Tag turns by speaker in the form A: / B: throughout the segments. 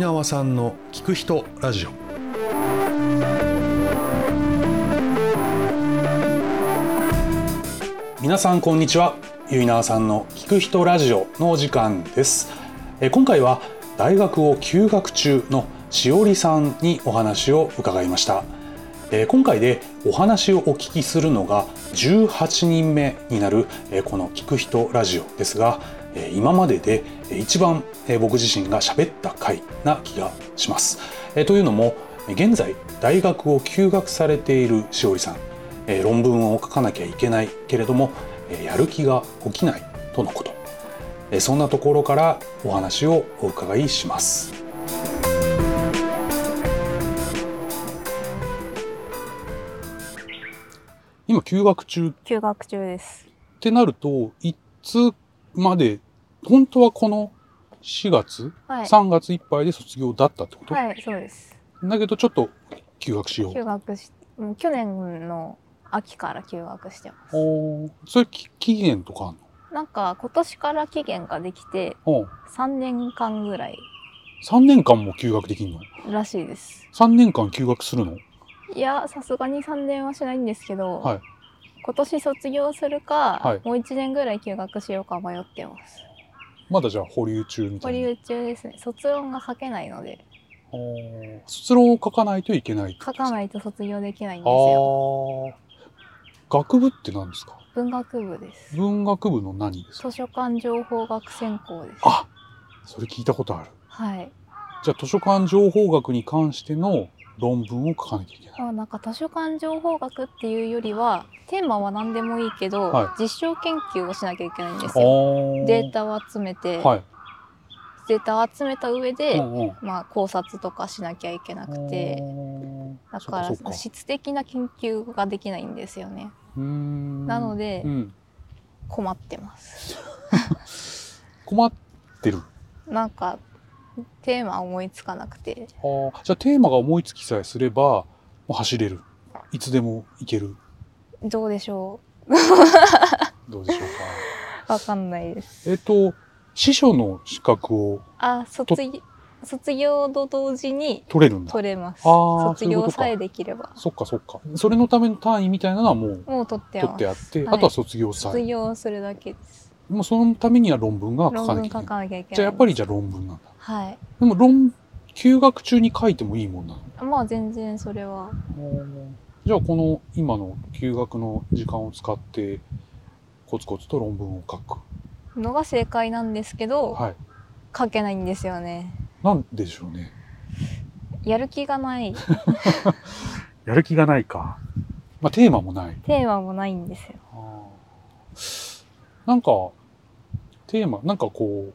A: 川さんの「聞く人ラジオ」皆さんこんにちはゆいなわさんの「聞く人ラジオ」のお時間ですえ今回は大学を休学中のしおりさんにお話を伺いましたえー今回でお話をお聞きするのが18人目になるえーこの「聞く人ラジオ」ですがえー今まででえー一番えー僕自身が喋った回な気がします。えーというのも現在大学を休学されているしおりさんえー論文を書かなきゃいけないけれどもえーやる気が起きないとのことえーそんなところからお話をお伺いします。今休学中
B: 休学中です。
A: ってなると、いつまで、本当はこの4月、
B: はい。
A: 3月いっぱいで卒業だったってこと、
B: はい、そうです。
A: だけどちょっと休学しよ
B: 休
A: う。
B: 学し、もう去年の秋から休学してま
A: おーそれき期限とかあん
B: す。なんか今年から期限ができて
A: の、うん、
B: 3年間ぐらい
A: ?3 年間も休学できんの
B: らしいです。
A: ?3 年間休学するの
B: いや、さすがに3年はしないんですけど、
A: はい
B: 今年卒業するか、
A: はい
B: もう1年ぐらい休学しようか迷ってます。
A: まだじゃあ保留中みた
B: 保
A: いな。
B: 留中ですね。卒論が書けないので、
A: おー卒論を書かないといけないってこ
B: 書
A: と
B: かないと卒業できないんですよ。
A: ですよ。あー学部って何ですか
B: 文学部です。
A: 文学部の何ですか
B: 図書館情報学専攻です。
A: あそれ聞いたことある。
B: はい。
A: じゃあ図書館情報学に関しての論文を書かなきゃいけない。
B: あなんか図書館情報学っていうよりはテーマは何でもいいけど、
A: は
B: 実証研究をしなきゃいけないんですよ。
A: お
B: データを集めて、
A: はい。
B: データを集めた上で、
A: うんうん
B: まあ、考察とかしなきゃいけなくて
A: うん
B: だから
A: そうかそうか
B: 質的な研究ができないんですよね
A: うーん
B: なので
A: うん
B: 困ってます。
A: 困ってる。
B: なんかテーマ思いつかなくて
A: あーじゃあテーマが思いつきさえすればもう走れる。いつでも行ける。
B: どうでしょ
A: どう でしょうか。
B: うわかんないです。
A: えっと司書の資格を
B: あ卒い卒業と同時に
A: 取れるんだ。
B: 取れます。
A: あー
B: 卒
A: そういうこと
B: 業
A: か
B: さえできれば
A: そっかそっか。それのための単位みたいなのはもう
B: もう取って
A: 取
B: ま
A: っ
B: す
A: て。あって、
B: はい
A: あとは卒業
B: 卒
A: 祭。
B: 業するだけです。
A: もうそのためには論文が書
B: 論
A: かなきゃ
B: 文
A: いけな
B: 書
A: い。
B: かなきゃいけない。
A: じゃあやっぱりじゃあ論文なんだ。
B: はい。
A: でも論休学中に書いてもいいもんなの。
B: まあ全然それは
A: じゃあこの今の休学の時間を使ってコツコツと論文を書く。
B: のが正解なんですけど、
A: はい。
B: 書けないんですよね。
A: なんでしょうね。
B: やる気がない。
A: やる気がないか。まあテーマもない。
B: テーマもないんですよ。
A: なんかテーマなんかこう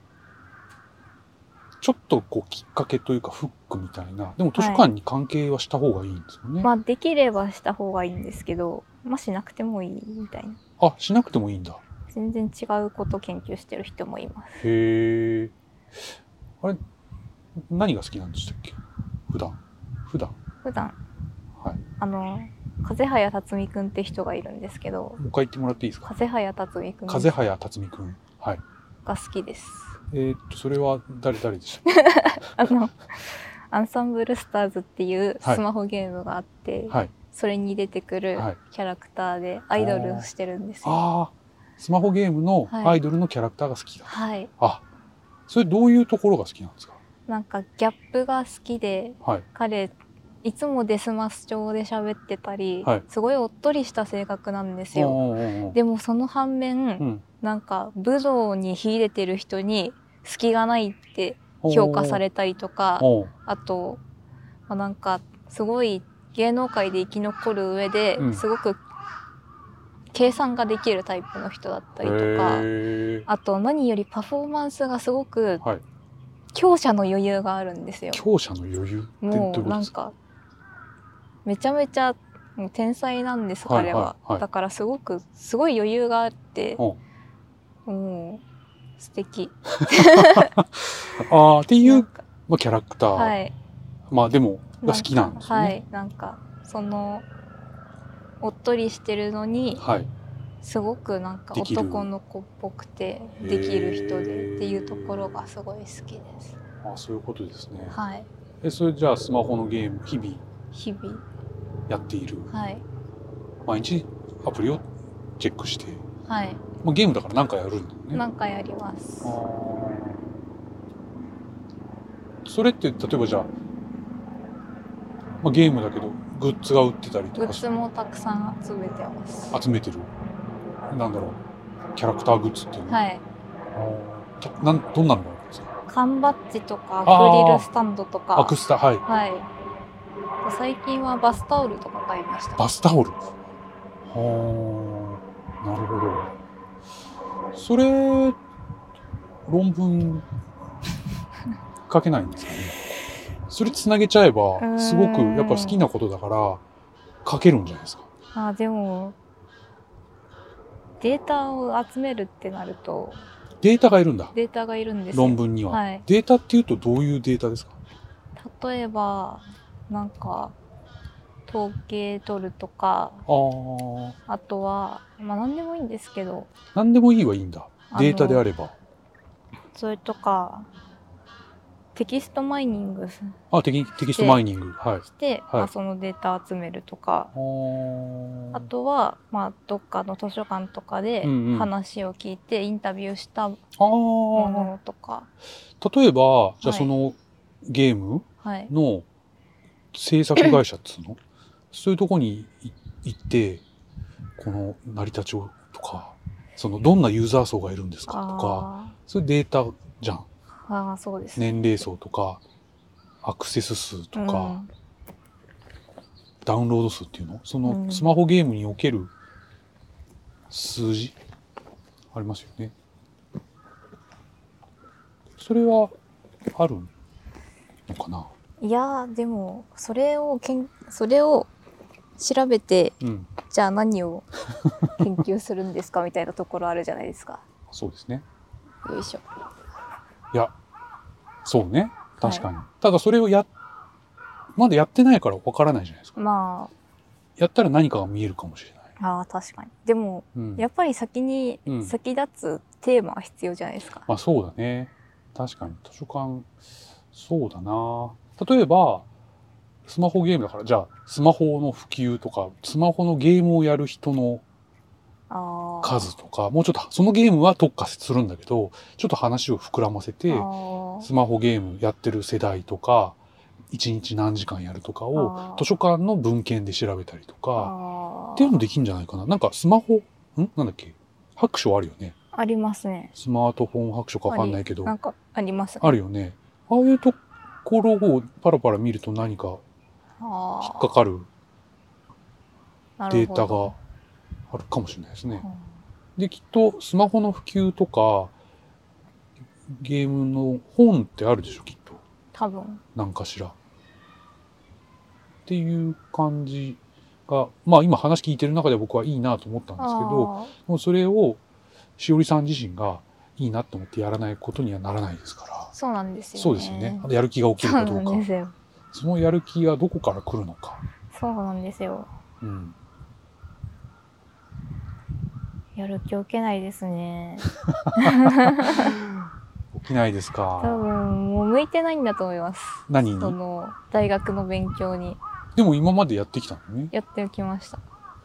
A: ちょっとこうきっかけというかフックみたいな。でも図書館に関係はした方がいいんですよね。
B: まあできればした方がいいんですけど、まあしなくてもいいみたいな。
A: あしなくてもいいんだ。
B: 全然違うこと研究してる人もいます。
A: へえ。あれ何が好きなんでしたっけ普段普段
B: 普段、
A: はい。
B: あの、風早辰巳くんって人がいるんですけど、
A: もう一回言ってもらっていいですか
B: 風早辰巳くん
A: 風
B: が
A: 早辰巳くん。はい。
B: 好きです。
A: えーっと、それは誰、誰でしたっ
B: あの、アンサンブルスターズっていうスマホゲームがあって、
A: けはい。
B: それに出てくる
A: はい
B: キャラクターでアイドルをしてるんですよ。
A: ああ、スマホゲームの
B: はい
A: アイドルのキャラクターが好きだ。
B: はい。
A: あ、それどういうところが好きなんですか
B: なんかギャップが好きで、
A: はい。
B: 彼、いつもデスマス調で喋ってたり、
A: はい
B: すごいおっとりした性格なんですよ。
A: おーおーおー
B: でもその反面、
A: うん
B: なんか武道に秀でてる人に隙がないって評価されたりとか、
A: おー
B: あと、まあ、なんかすごい芸能界で生き残る上で、
A: うん
B: すごく計算ができるタイプの人だったりとか
A: へえ。
B: あと何よりパフォーマンスがすごく
A: はい
B: 強者の余裕があるんですよ。
A: 強者の余裕ってどういう
B: も
A: こ
B: う
A: と
B: な
A: で
B: ん
A: すか
B: かめちゃめちゃもう天才なんです
A: はい
B: 彼は、
A: はいはい
B: だからすごくすごい余裕があって
A: お
B: もう素敵
A: ああ、ってい
B: な、
A: うん
B: か
A: まあ、キャラクター。
B: はい
A: まあ、でも、が好きなんですよ
B: は
A: ね。
B: いなんかそのおっとりしてるのに
A: はい。
B: すごくなんか
A: できる
B: 男の子っぽくてできる人
A: へー
B: でっていうところがすごい好きです
A: あそういうことですね。
B: はい
A: えそれじゃあスマホのゲーム日々
B: 日々
A: やっている
B: はい
A: 毎日アプリをチェックして、
B: はい
A: まあ、ゲームだから何かやるんだよね。
B: 何回やります
A: あーそれって例えばじゃあ、まあ、ゲームだけどグッズが売ってたり
B: グ
A: と
B: ッ
A: か
B: ズもたくさん集めてます
A: 集めてるなんだろうキャラクターグッズっていうの、
B: はい
A: たなんどんなのがあるんですか
B: 缶バッジとか
A: あー
B: アクリルスタンドとか
A: アクスタはい
B: はい最近はバスタオルとか買いました
A: バスタオルはあなるほどそれ論文書けないんですかねそれつなげちゃえばすごくやっぱ好きなことだから書けるんじゃないですか
B: あでもデータを集めるってなると
A: データがいるんだ
B: データがいるんですよ
A: 論文には、
B: はい
A: データっていうとどういうデータですか
B: 例えばなんか統計取るとか
A: ああ
B: あとは、まあ、何でもいいんですけど
A: 何でもいいはいいんだ
B: あの
A: データであれば
B: それとかテキストマイニングし
A: あテキテキストマイニングはい
B: て、
A: はい
B: まあ、そのデータ集めるとか
A: あー
B: あとは、まあ、どっかの図書館とかで
A: うんうん
B: 話を聞いてインタビューしたも
A: あー
B: のとか、
A: 例えばじゃあ
B: はい
A: そのゲーム、
B: はい、
A: の制作会社っつう のそういうとこにい行ってこの成り立ちをとかそのどんなユーザー層がいるんですかとか
B: あ
A: そういうデータじゃん
B: ーあーそうです
A: 年齢層とかアクセス数とか、
B: うん
A: ダウンロード数っていうのそうの
B: ん
A: スマホゲームにおける数字ありますよねそれはあるのかない
B: やーでもそれをけんそれを調べて
A: うん
B: じゃあ 何を研究するんですかみたいなところあるじゃないですか
A: そうですね
B: よいしょ
A: いや、そうね。確かに。ただそれをや、まだやってないからわからないじゃないですか。
B: ま
A: やったら何かが見えるかもしれない。
B: ああー確かにでも
A: うん。
B: やっぱり先に
A: うん
B: 先立つテーマは必要じゃないですか、
A: まあそうだね。確かに。図書館、そうだな。例えば、スマホゲームだから、じゃあ、スマホの普及とか、スマホのゲームをやる人の
B: あー
A: 数とか、もうちょっと、そのゲームは特化するんだけど、ちょっと話を膨らませ
B: あ
A: て、
B: ー
A: スマホゲームやってる世代とか、一日何時間やるとかを、
B: あー
A: 図書館の文献で調べたりとか、
B: あ
A: っていうの
B: ー
A: できんじゃないかな。なんかスマホ、んなんだっけ白書あるよね。
B: ありますね
A: スマートフォン白書かわかんないけど、
B: なん
A: あ
B: かありますね
A: るよね。ああいうところをパラパラ見ると何か
B: あ
A: 引っ
B: ー
A: かかる
B: なる
A: デ
B: ほ
A: ータ
B: ど
A: があるかもしれないですね
B: う。ん
A: で、きっとスマホの普及とか、ゲームの本ってあるでしょ、きっと。
B: 多分
A: なんかしら。っていう感じが、まあ今話聞いてる中で僕はいいなと思ったんですけど、
B: あ
A: もうそれをしおりさん自身がいいなと思ってやらないことにはならないですから
B: ーそうなんですよね
A: そうですよねあとやる気が起きる
B: そう
A: か
B: な
A: どうんか
B: ですよ
A: そのやる気がどこから来るのか、
B: そうなんですよ
A: うん、
B: やる気起きないですね
A: 起きないです
B: 多
A: か
B: 分もう向いてないんだと思います
A: 何
B: そ
A: に
B: の大学の勉強に
A: でも今までやってきたのね
B: やってきました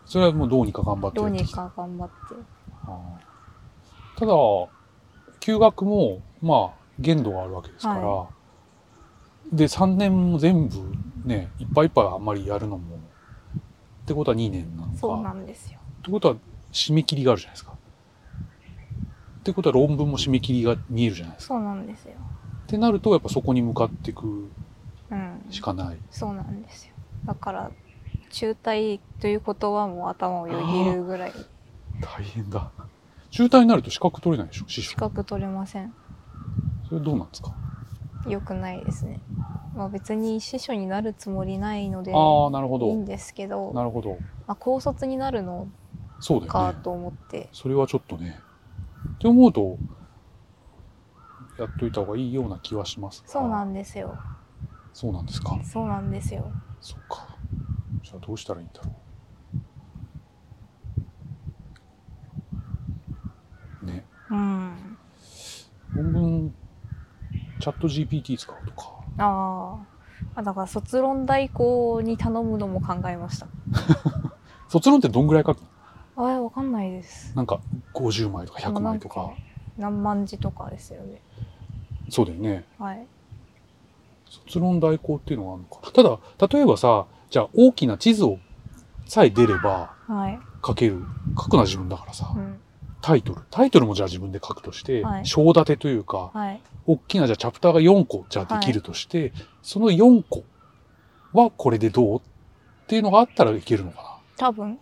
A: それはもうどうにか頑張って
B: ど
A: や
B: う
A: って
B: に
A: きた
B: か頑張って
A: あーただ休学もまあ限度があるわけですから、
B: は
A: で3年も全部ねいっぱいいっぱいあんまりやるのもってことは2年なのか
B: そうなんですよ
A: ってことは締め切りがあるじゃないですか。ってことは論文も締め切りが見えるじゃないですか。
B: そうなんですよ
A: ってなるとやっぱそこに向かっていく
B: うん
A: しかない。
B: そうなんですよだから中退という言葉も頭をよぎるぐらい
A: 大変だ。中退になると資格取れないでしょ師
B: 資
A: 匠。
B: 格取れません
A: それどうなんですか
B: 良くないですねまあ別に師匠になるつもりないので
A: ああ、なるほ
B: いい
A: ど
B: ん。ですけど
A: なるほど。
B: まあ、高卒になるの
A: そうだよ
B: か
A: ね。
B: と思って
A: それはちょっとね。って思うと、やっといた方がいいような気はしますが。
B: そうなんですよ
A: そうなんですか。
B: そうなんですよ
A: そっか。じゃあどうしたらいいんだろう。ね。
B: うん
A: 論文ちチャット GPT 使うとか
B: ああだから卒論代行に頼むのも考えました
A: 卒論ってどんぐらい書くの
B: ああわかんないです
A: なんか50枚とか100枚とか
B: なん何万字とかですよね
A: そうだよね
B: はい
A: 卒論代行っていうのがあるのかただ例えばさじゃあ大きな地図をさえ出れば
B: はい、
A: 書ける書くのは自分だからさ、
B: うん、
A: タイトルタイトルもじゃあ自分で書くとして、
B: はい
A: 章立てというか、
B: はい
A: 大きなじゃあチャプターが4個じゃあできるとして、その4個はこれでどうっていうのがあったらいけるのか
B: 多分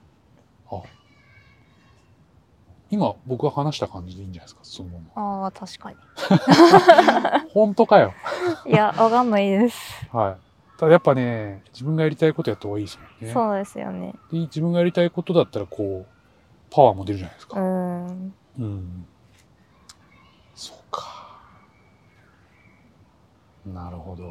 A: な今僕が話した感じでいいんじゃないですかそのまま
B: ああ確かに
A: 本当かよ
B: いやわかんないです、
A: はいただやっぱね自分がやりたいことやった方がいいですもんね
B: そうですよね
A: で自分がやりたいことだったらこうパワーも出るじゃないです
B: う
A: か
B: ん
A: うん、そうかなるほど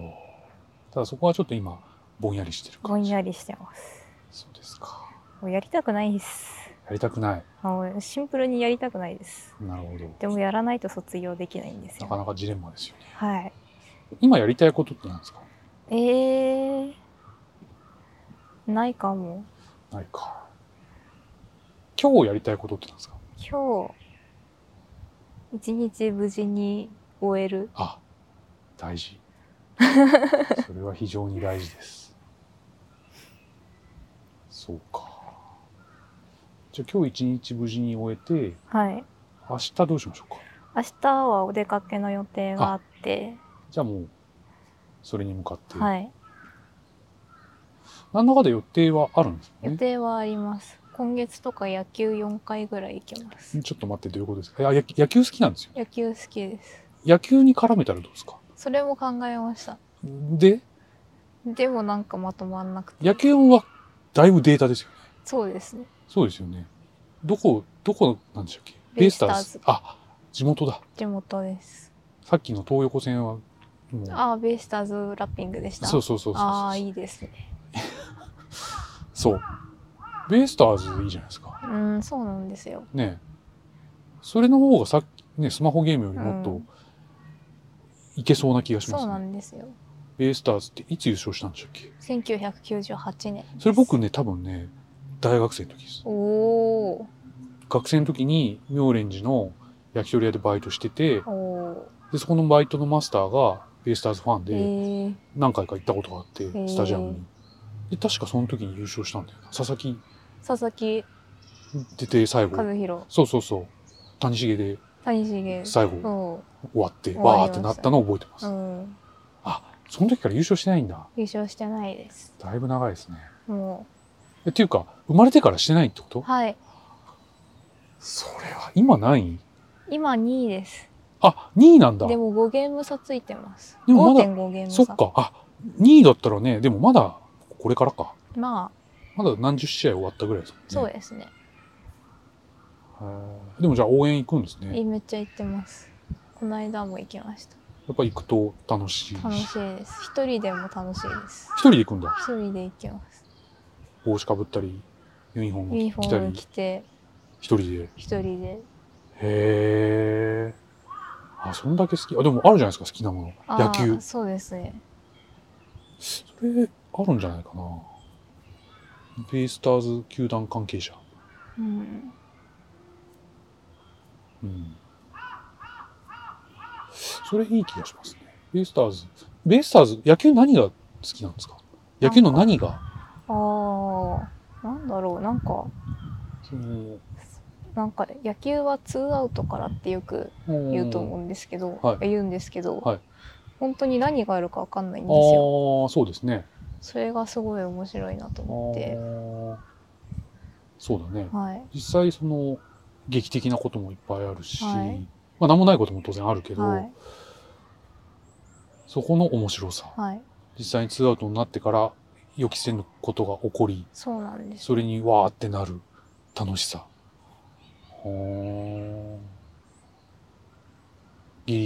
A: ただそこはちょっと今ぼんやりしてる
B: ぼ
A: 感
B: ん
A: じ
B: やりしてます
A: そうですか
B: もうやりたくないです
A: やりたくない
B: あのシンプルにやりたくないです
A: なるほど。
B: でもやらないと卒業できないんです
A: なか
B: よ。
A: なかジレンマですよね。
B: はい。
A: 今やりたいことって何ですか
B: えー、ないかも。
A: ないか。今日やりたいことって何ですか
B: 今日、一日無事に終える。
A: あ、大 事。それは非常に大事です。そうか。じゃあ今日一日無事に終えて、
B: はい。
A: 明日どうしましょうか
B: 明日はお出かけの予定があって、
A: じゃあもう、それに向かって。
B: はい。
A: 何らかで予定はあるんですよ
B: 予
A: ね。
B: 定はあります。今月とか野球4回ぐらい行けます。
A: ちょっと待って、どういうことですかいや野球野球好きなんですよ。
B: 野球好きです。
A: 野球に絡めたらどうですか
B: それも考えました。
A: で、
B: でもなんかまとまんなくて。
A: 野球はだいぶデータですよね。
B: そうですね。
A: そうですよね。どこ、どこなんでしたっけ
B: ベイスターズ
A: あ、地元だ。
B: 地元です。
A: さっきの東横線は、もう。
B: ああ、ベイスターズラッピングでした。
A: そうそうそうそうそう。
B: ああ、いいですね。
A: そう。ベイスターズいいじゃないですか。
B: うん、そうなんですよ。
A: ねえそれの方がさっき、ね、スマホゲームよりもっ
B: う
A: と
B: ん、
A: いけそうな気がしま
B: そう
A: す、
B: な
A: ね
B: んですよ。
A: ベイスターズっていつ優勝したんでしたっけ
B: 1998年。
A: それ僕。ね、多分ね、大学生の時です。
B: おお
A: 学生の時に、妙蓮寺の焼き鳥屋でバイトしてて、
B: ー。お
A: で、そこのバイトのマスターが、ベイスターズファン
B: ー。え
A: で、
B: ー、
A: 何回か行ったことがあって
B: ー
A: スタジアムに、で確かその時に優勝したんだよな佐々木
B: 佐々木
A: 出て最後
B: 和弘、
A: そうそうそう谷繁で
B: 谷繁。
A: 最後
B: そ
A: 終わって
B: 終
A: わ
B: わ
A: ー
B: り
A: っ
B: ました
A: てなったのを覚えてます、
B: う。うん。
A: その時から優勝してないんだ
B: 優勝してないです。
A: だいぶ長いですね
B: も
A: えっていうか生まれてからしてないってこ
B: う。
A: と
B: はい。
A: それは今何位
B: 今2位です。
A: あ2位なんだ
B: でも5ゲーム差ついてます。
A: でもまだ
B: 5.5ゲーム差。
A: そっかあ2位だったらねでもまだこれからか
B: まあ、
A: まだ何十試合終わったぐらいですもんね
B: そうですね。
A: へーでもじゃあ応援行くんですね
B: えめっちゃ行ってます。この間も行きました。
A: やっぱ行くと楽しいし
B: 楽しいです。一人でも楽しいです。
A: 一人で行くんだ
B: 一人で行きます。
A: 帽子かぶったりユニフォー
B: ユニ
A: ム
B: フ
A: 着
B: ォ
A: た
B: ーム
A: り
B: 着て、
A: 一人でへ
B: 一人で
A: えあそんだけ好きあでもあるじゃないですか好きなもの
B: あ
A: 野
B: ー
A: 球
B: そうですね
A: それあるんじゃないかなベイスターズ球団関係者
B: うん
A: うんそれいい気がしますねベイスターズベイスターズ野球何が好きなんですか野球の何が
B: ああなんだろうなんか
A: その
B: なんか野球はツーアウトからってよく言うと思うんですけど、
A: は
B: 言うんですけど、
A: はい
B: 本当に何があるかわかんないんですよ
A: ああそうですね
B: それがすごい面白いなと
A: あ
B: 思って
A: ーそうだね、
B: はい
A: 実際その劇的なこともいっぱいあるし、
B: はい
A: まあ、何もないことも当然あるけど、
B: はい
A: そこの面白さ
B: はい
A: 実際にツーアウトになってから予期せぬことが起こり
B: そうなんです
A: それにわーってなる楽しさほーギリ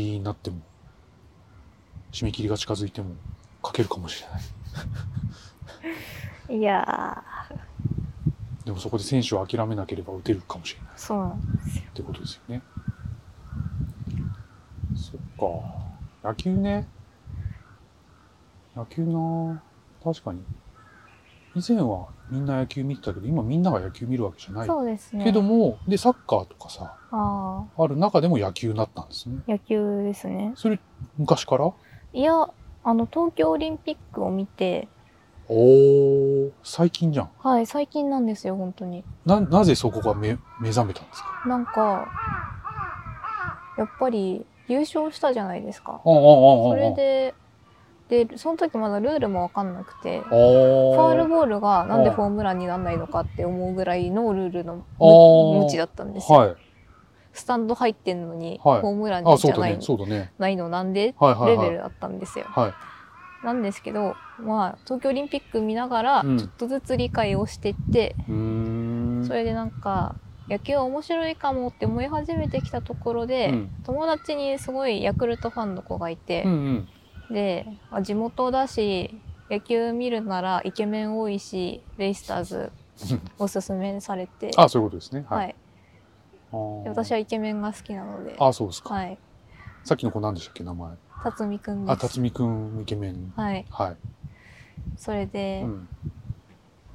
A: ギリになっても締め切りが近づいても書けるかもしれない
B: いや
A: でもそこで選手を諦めなければ打てるかもしれない
B: ーそうなん
A: ってことですよね。そっか。野球ね。野球な確かに。以前はみんな野球見てたけど、今みんなが野球見るわけじゃない。
B: そうですね
A: けども、で、サッカーとかさ、
B: あ
A: ある中でも野球になったんですね。
B: あ野球ですね
A: それ、昔から
B: いやあの東京オリンピックを見て
A: おー、最近じゃん。
B: はい最近なんですよ本当に
A: な、なぜそこが目、目覚めたんですか
B: なんかやっぱり優勝したじゃないです
A: あ
B: か
A: あ、ああ、ああ。
B: それででその時まだルールも分かんなくて
A: あ
B: フ
A: ー、
B: ァールボールがなんで
A: あー
B: ホームランにならないのかって思うぐらいのルールの
A: あー
B: 無無知だったんですよ、
A: はい。
B: スタンド入ってんのに
A: はい
B: ホームラン
A: あ、
B: じ
A: そう
B: ゃ
A: だ
B: ない,、
A: ね、そうだね。
B: ないのなんで
A: はいはい
B: レ
A: は
B: ベ
A: い。
B: ルだったんですよ、
A: はい。
B: なんですけどまあ東京オリンピック見ながらち
A: うん
B: ょっとずつ理解をしてって、
A: うーん。
B: それでなんか野球面白いかもって思い始めてきたところ
A: う
B: で、
A: ん
B: 友達にすごいヤクルトファンの子がいて
A: うん、 うん。
B: であ地元だし野球見るならイケメン多いしベイスターズおすすめされて、
A: あ、そういうことですね。。
B: はいい、
A: あー
B: で私はイケメンが好きなので、
A: あ、そうですか。
B: はい、
A: さっきの子何でしたっけ、名前。
B: 辰巳くん
A: あ、
B: です。
A: 辰巳くん、イケメン。
B: はい、
A: は
B: それ
A: い。
B: で
A: う、ん。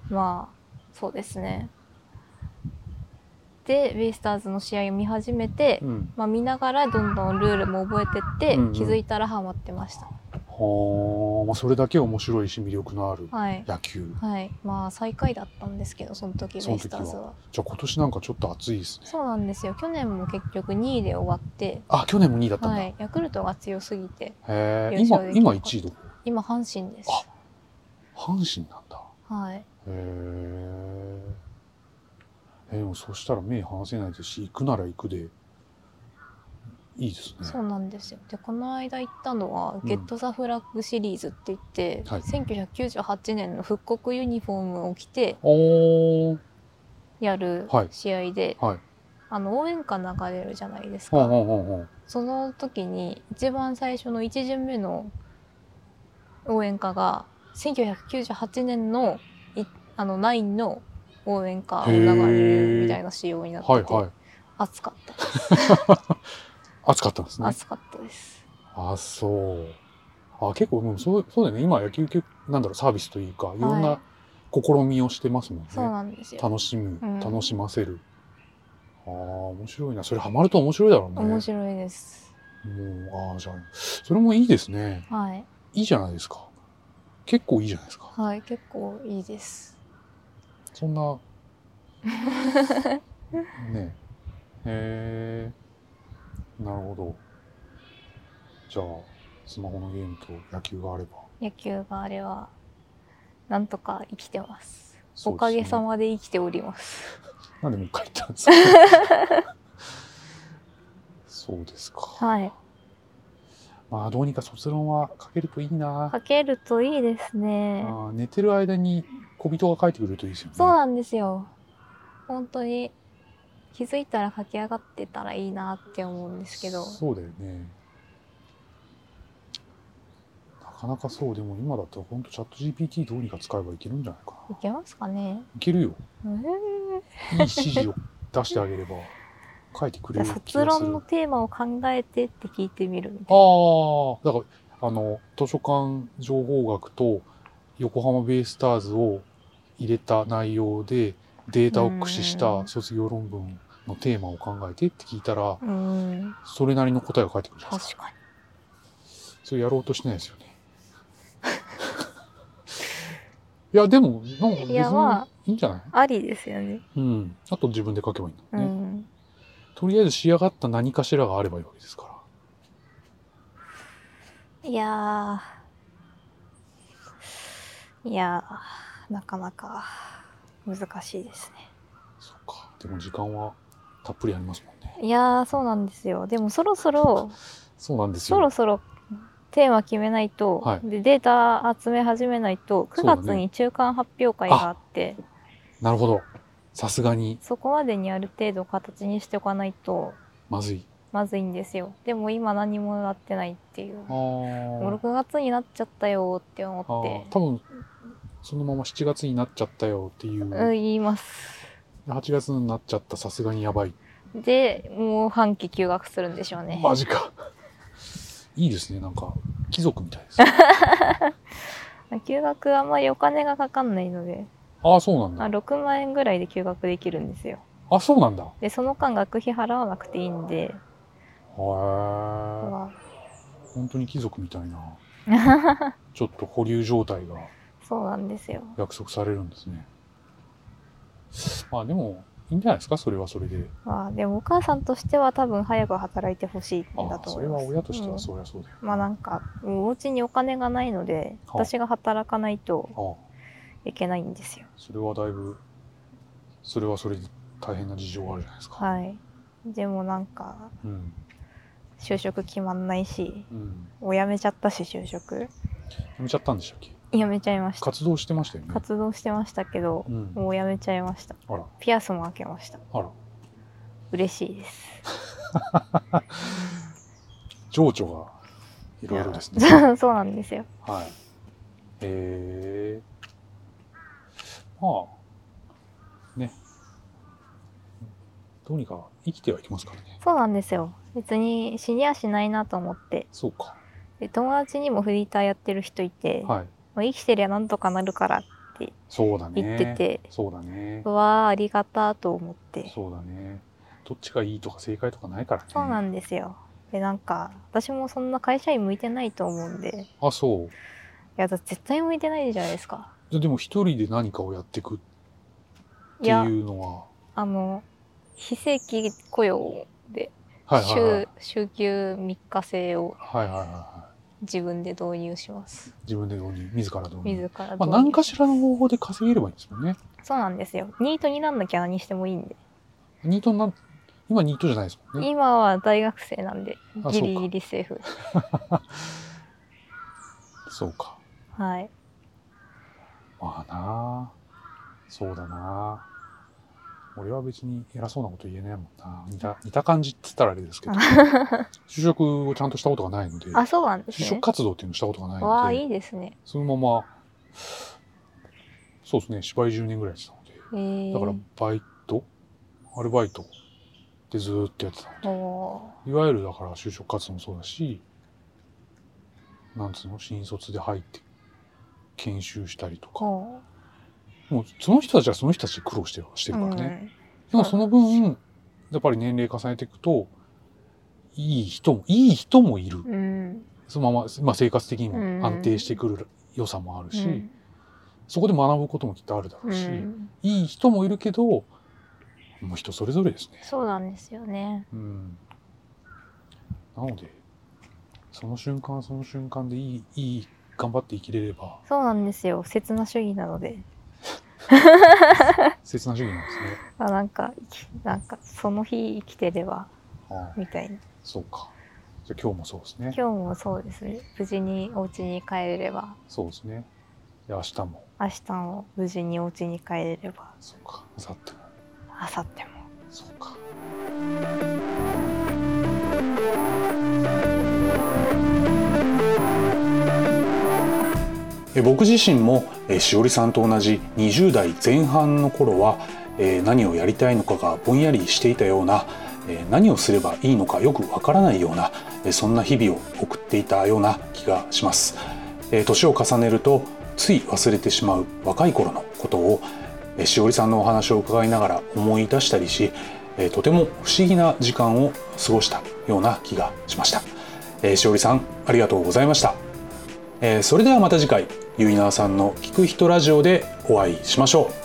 B: まあそうですね。でベイスターズの試合を見始めて、
A: うん。
B: まあ、見ながらどんどんルールも覚えてって、
A: うんうん
B: 気づいたらハマってました。
A: はあ、まあ、それだけ面白いし、魅力のある
B: はい、
A: 野球。
B: はい、まあ最下位だったんですけどその時
A: その
B: ベイ
A: 時
B: スターズは。
A: じゃあ今年なんかちょっと暑いですね。
B: そうなんですよ去年も結局2位で終わって、
A: あ、去年も2位だったんだ。
B: は
A: へ
B: い、ヤクルトが強すぎて
A: え。
B: 優
A: 今
B: 勝、できな
A: 今
B: かった
A: 1位どこ
B: 今阪神です。
A: あ阪神なんだ。
B: はい、
A: へえ。え、でもそしたら目離せないですし、行くなら行くで、いいですね。
B: そうなんですよでこの間行ったのは「ゲット・ザ・フラッグ」シリーズって言って、
A: はい
B: 1998年の復刻ユニフォームを着て
A: おー。
B: やる
A: はい
B: 試合で、
A: はい。
B: あの応援歌流れるじゃないです
A: ほ
B: か、
A: んほんほんほん。
B: その時に一番最初の1巡目の応援歌が1998年のいあの9の応援歌を流れるみたいな仕様になってて、
A: はいはい。
B: 熱かったです
A: 暑かったんですね。
B: 熱かったです。
A: あ、そう。あ、結構、うん、そう、そうだよね。今、野球、結構なんだろう、サービスというか、いろん
B: は
A: な試みをしてますもんね。
B: そうなんですよ
A: 楽しむ、
B: うん
A: 楽しませる。ああ、面白いな。それハマると面白いだろうね。
B: 面白いです。
A: もう、ああ、じゃあ、それもいいですね。
B: はい、
A: いいじゃないですか。結構いいじゃないですか。
B: はい、結構いいです。
A: そん な。ねえ。へえ。なるほど。じゃあ、スマホのゲームと野球があれば。
B: 野球があれは、なんとか生きてます。
A: そう
B: お
A: ですね
B: かげさ。まで生きております。
A: なんでもう一回言ったんですかそうですか。
B: はい、
A: まあ、どうにか卒論は書けるといいな。
B: かけるといいです
A: あ
B: ね。
A: ー寝てる間に小人が書いてくれるといいですよね。
B: そうなんですよ。本当に気づいたら駆け上がってたらいいなって思うんですけど、
A: そうだよね。なかなかそう、でも今だったら本当チャット GPT どうにか使えばいけるんじゃないか
B: い
A: な。
B: けますかね。
A: いけるよ。
B: うーん
A: いい指示を出してあ げれば書いてく
B: じ
A: れ
B: ゃあ
A: る気
B: 卒
A: がする。
B: 論のテーマを考えてって聞いてみるみたい
A: ああ、だから、あの、図書館情報学と横浜ベイスターズを入れた内容でデータを駆使した卒業論文のテーマを考えてって聞いたら、
B: な。うーん、
A: それなりの答えが返ってくるじゃないですか。
B: 確かに。
A: それやろうとしてないですよね。 いや、でも、なんか別に
B: いやまあ
A: いいんじゃない
B: ありですよね。
A: うん。あと自分で書けばいいん
B: う
A: だもんね。
B: ん。
A: とりあえず仕上がった何かしらがあればいいわけですから。
B: いやー、いやー、なかなか難しいです
A: そっか。でも時間はたっぷりありますもんね。
B: ね。いやー、そうなんですよ。でもそろそろ、
A: そうなんですよ。
B: そろそろテーマ決めないと、
A: はい
B: でデータ集め始めないと、
A: そ
B: 9
A: うだね
B: 月に中間発表会があって、
A: なるほど。さすがに
B: そこまでにある程度形にしておかないと
A: まずい。
B: まずいんですよ。でも今何もやってないっていう。
A: あ
B: もう
A: ー
B: 6月になっちゃったよーって思
A: あ
B: っ
A: ー。多分、そのまま7月になっちゃったよっていう。
B: て、うん、
A: 8
B: 言います。
A: 月になっちゃった、さすがにやばい。
B: でもう半期休学するんでしょうね。
A: マジか。いいですねなんか貴族みた いです
B: 休学はあんまりお金がかかんないので、
A: ああそうなん
B: まあ、
A: だ
B: 6万円ぐらいで休学できるんですよ
A: あそうなんだへ
B: でその間学費払わなくていいんで
A: え
B: は
A: 本当に貴族みたい なちょっと保留状態が
B: そうなんですよ
A: 約束されるんですねまあでもいいんじゃないですかそれはそれで
B: まあでもお母さんとしては多分早く働いてほしいん
A: あ
B: だ
A: あ
B: と
A: そ
B: 思
A: れ
B: いま
A: は
B: す
A: 親として
B: うん
A: はそりゃそうだよ、
B: まあなんかうんお家にお金がないので
A: はあ
B: 私が働かないと
A: ああ
B: いけないんですよ
A: それはだいぶそれはそれで大変な事情があるじゃないですか
B: はいでもなんか
A: うん
B: 就職決まんないし
A: うん
B: もう辞めちゃったし就職
A: やめちゃったんでしたっけ
B: 辞めちゃいました
A: 活動してましたよね
B: 活動してましたけど
A: うん
B: もう辞めちゃいました
A: あら
B: ピアスも開けました
A: あら
B: 嬉しいです
A: 情緒がいろいろですね
B: いやそうなんですよ
A: はい。えー、まあ、ね。どうにか生きてはいけますからね。
B: そうなんですよ別に死にはしないなと思って
A: そうか。
B: で友達にもフリーターやってる人いて、
A: はい。
B: もう生きてりゃなんとかなるから
A: そうだね。
B: 言ってて、
A: そうだね
B: う。わあありがたと思って
A: そうだね。どっちがいいとか正解とかないからね。
B: そうなんですよでなんか私もそんな会社員向いてないと思うんでい
A: あ、そう。
B: やだ絶対向いてないじゃないですか
A: ででも一人で何かをやっていくって
B: い
A: い
B: や
A: うのは、
B: あの非正規雇用で
A: はいはいはい。
B: 週週休3日制を
A: はいはいはいは
B: 自分で導入します
A: い。自分で導入、自ら導入。
B: 自ら導
A: まあ
B: 入、
A: 何かしらの方法で稼げればいいんですもんね。
B: そうなんですよニートになんなきゃ何してもいいんで
A: ニートになん、今ニートじゃないですもんね。
B: 今は大学生なんで
A: あ
B: ギ
A: そう
B: リ
A: か
B: ギリセーフ
A: そうか。
B: はい
A: まあなあそうだな俺は別に偉そうなこと言えないもんな似た似た感じって言ったらあれですけど就職をちゃんとしたことがないので
B: あ
A: 就
B: そうなんです
A: 職
B: ね
A: 活動っていうのをしたことがない
B: わ
A: の
B: あ
A: で
B: いいですね
A: そのままそうですね芝居10年ぐらいやってたので
B: えー、
A: だからバイトアルバイトでずーっとやってたの
B: お
A: いわゆるだから就職活動もそうだしなんつうの新卒で入って研修したりと
B: ー
A: か
B: お
A: もうその人たちはその人たちで苦労してるして
B: ー
A: るからね、
B: うん
A: でもその分やっぱり年齢重ねていくといい人もいい人もいる
B: うん
A: そのまま、まあ、生活的に
B: うん
A: も安定してくる良さもあるし、
B: うん
A: そこで学ぶこともきっとあるだろうし、
B: うん
A: いい人もいるけどもう人それぞれですね。
B: そうなんですよね
A: うん、なのでその瞬間その瞬間でいいいい頑張って生きれれば
B: そうなんですよ刹那主義なので
A: 切な主義なんですね。
B: あなんか生きなんかその日生きてれば
A: ああ
B: みたいな
A: そうかじゃあ今日もそうですね。
B: 今日もそうですね無事にお家に帰れれば
A: そうですね。で明日も
B: 明日も無事にお家に帰れれば
A: そうか明後日も
B: 明後日も
A: そうか。え僕自身もえーしおりさんと同じ20代前半の頃はえー何をやりたいのかがぼんやりしていたようなえー何をすればいいのかよくわからないようなえーそんな日々を送っていたような気がしますえー年を重ねるとつい忘れてしまう若い頃のことをえーしおりさんのお話を伺いながら思い出したりしえーとても不思議な時間を過ごしたような気がしました、えーしおりさんありがとうございましたえーそれではまた次回ゆいなわさんの「聞く人ラジオ」でお会いしましょう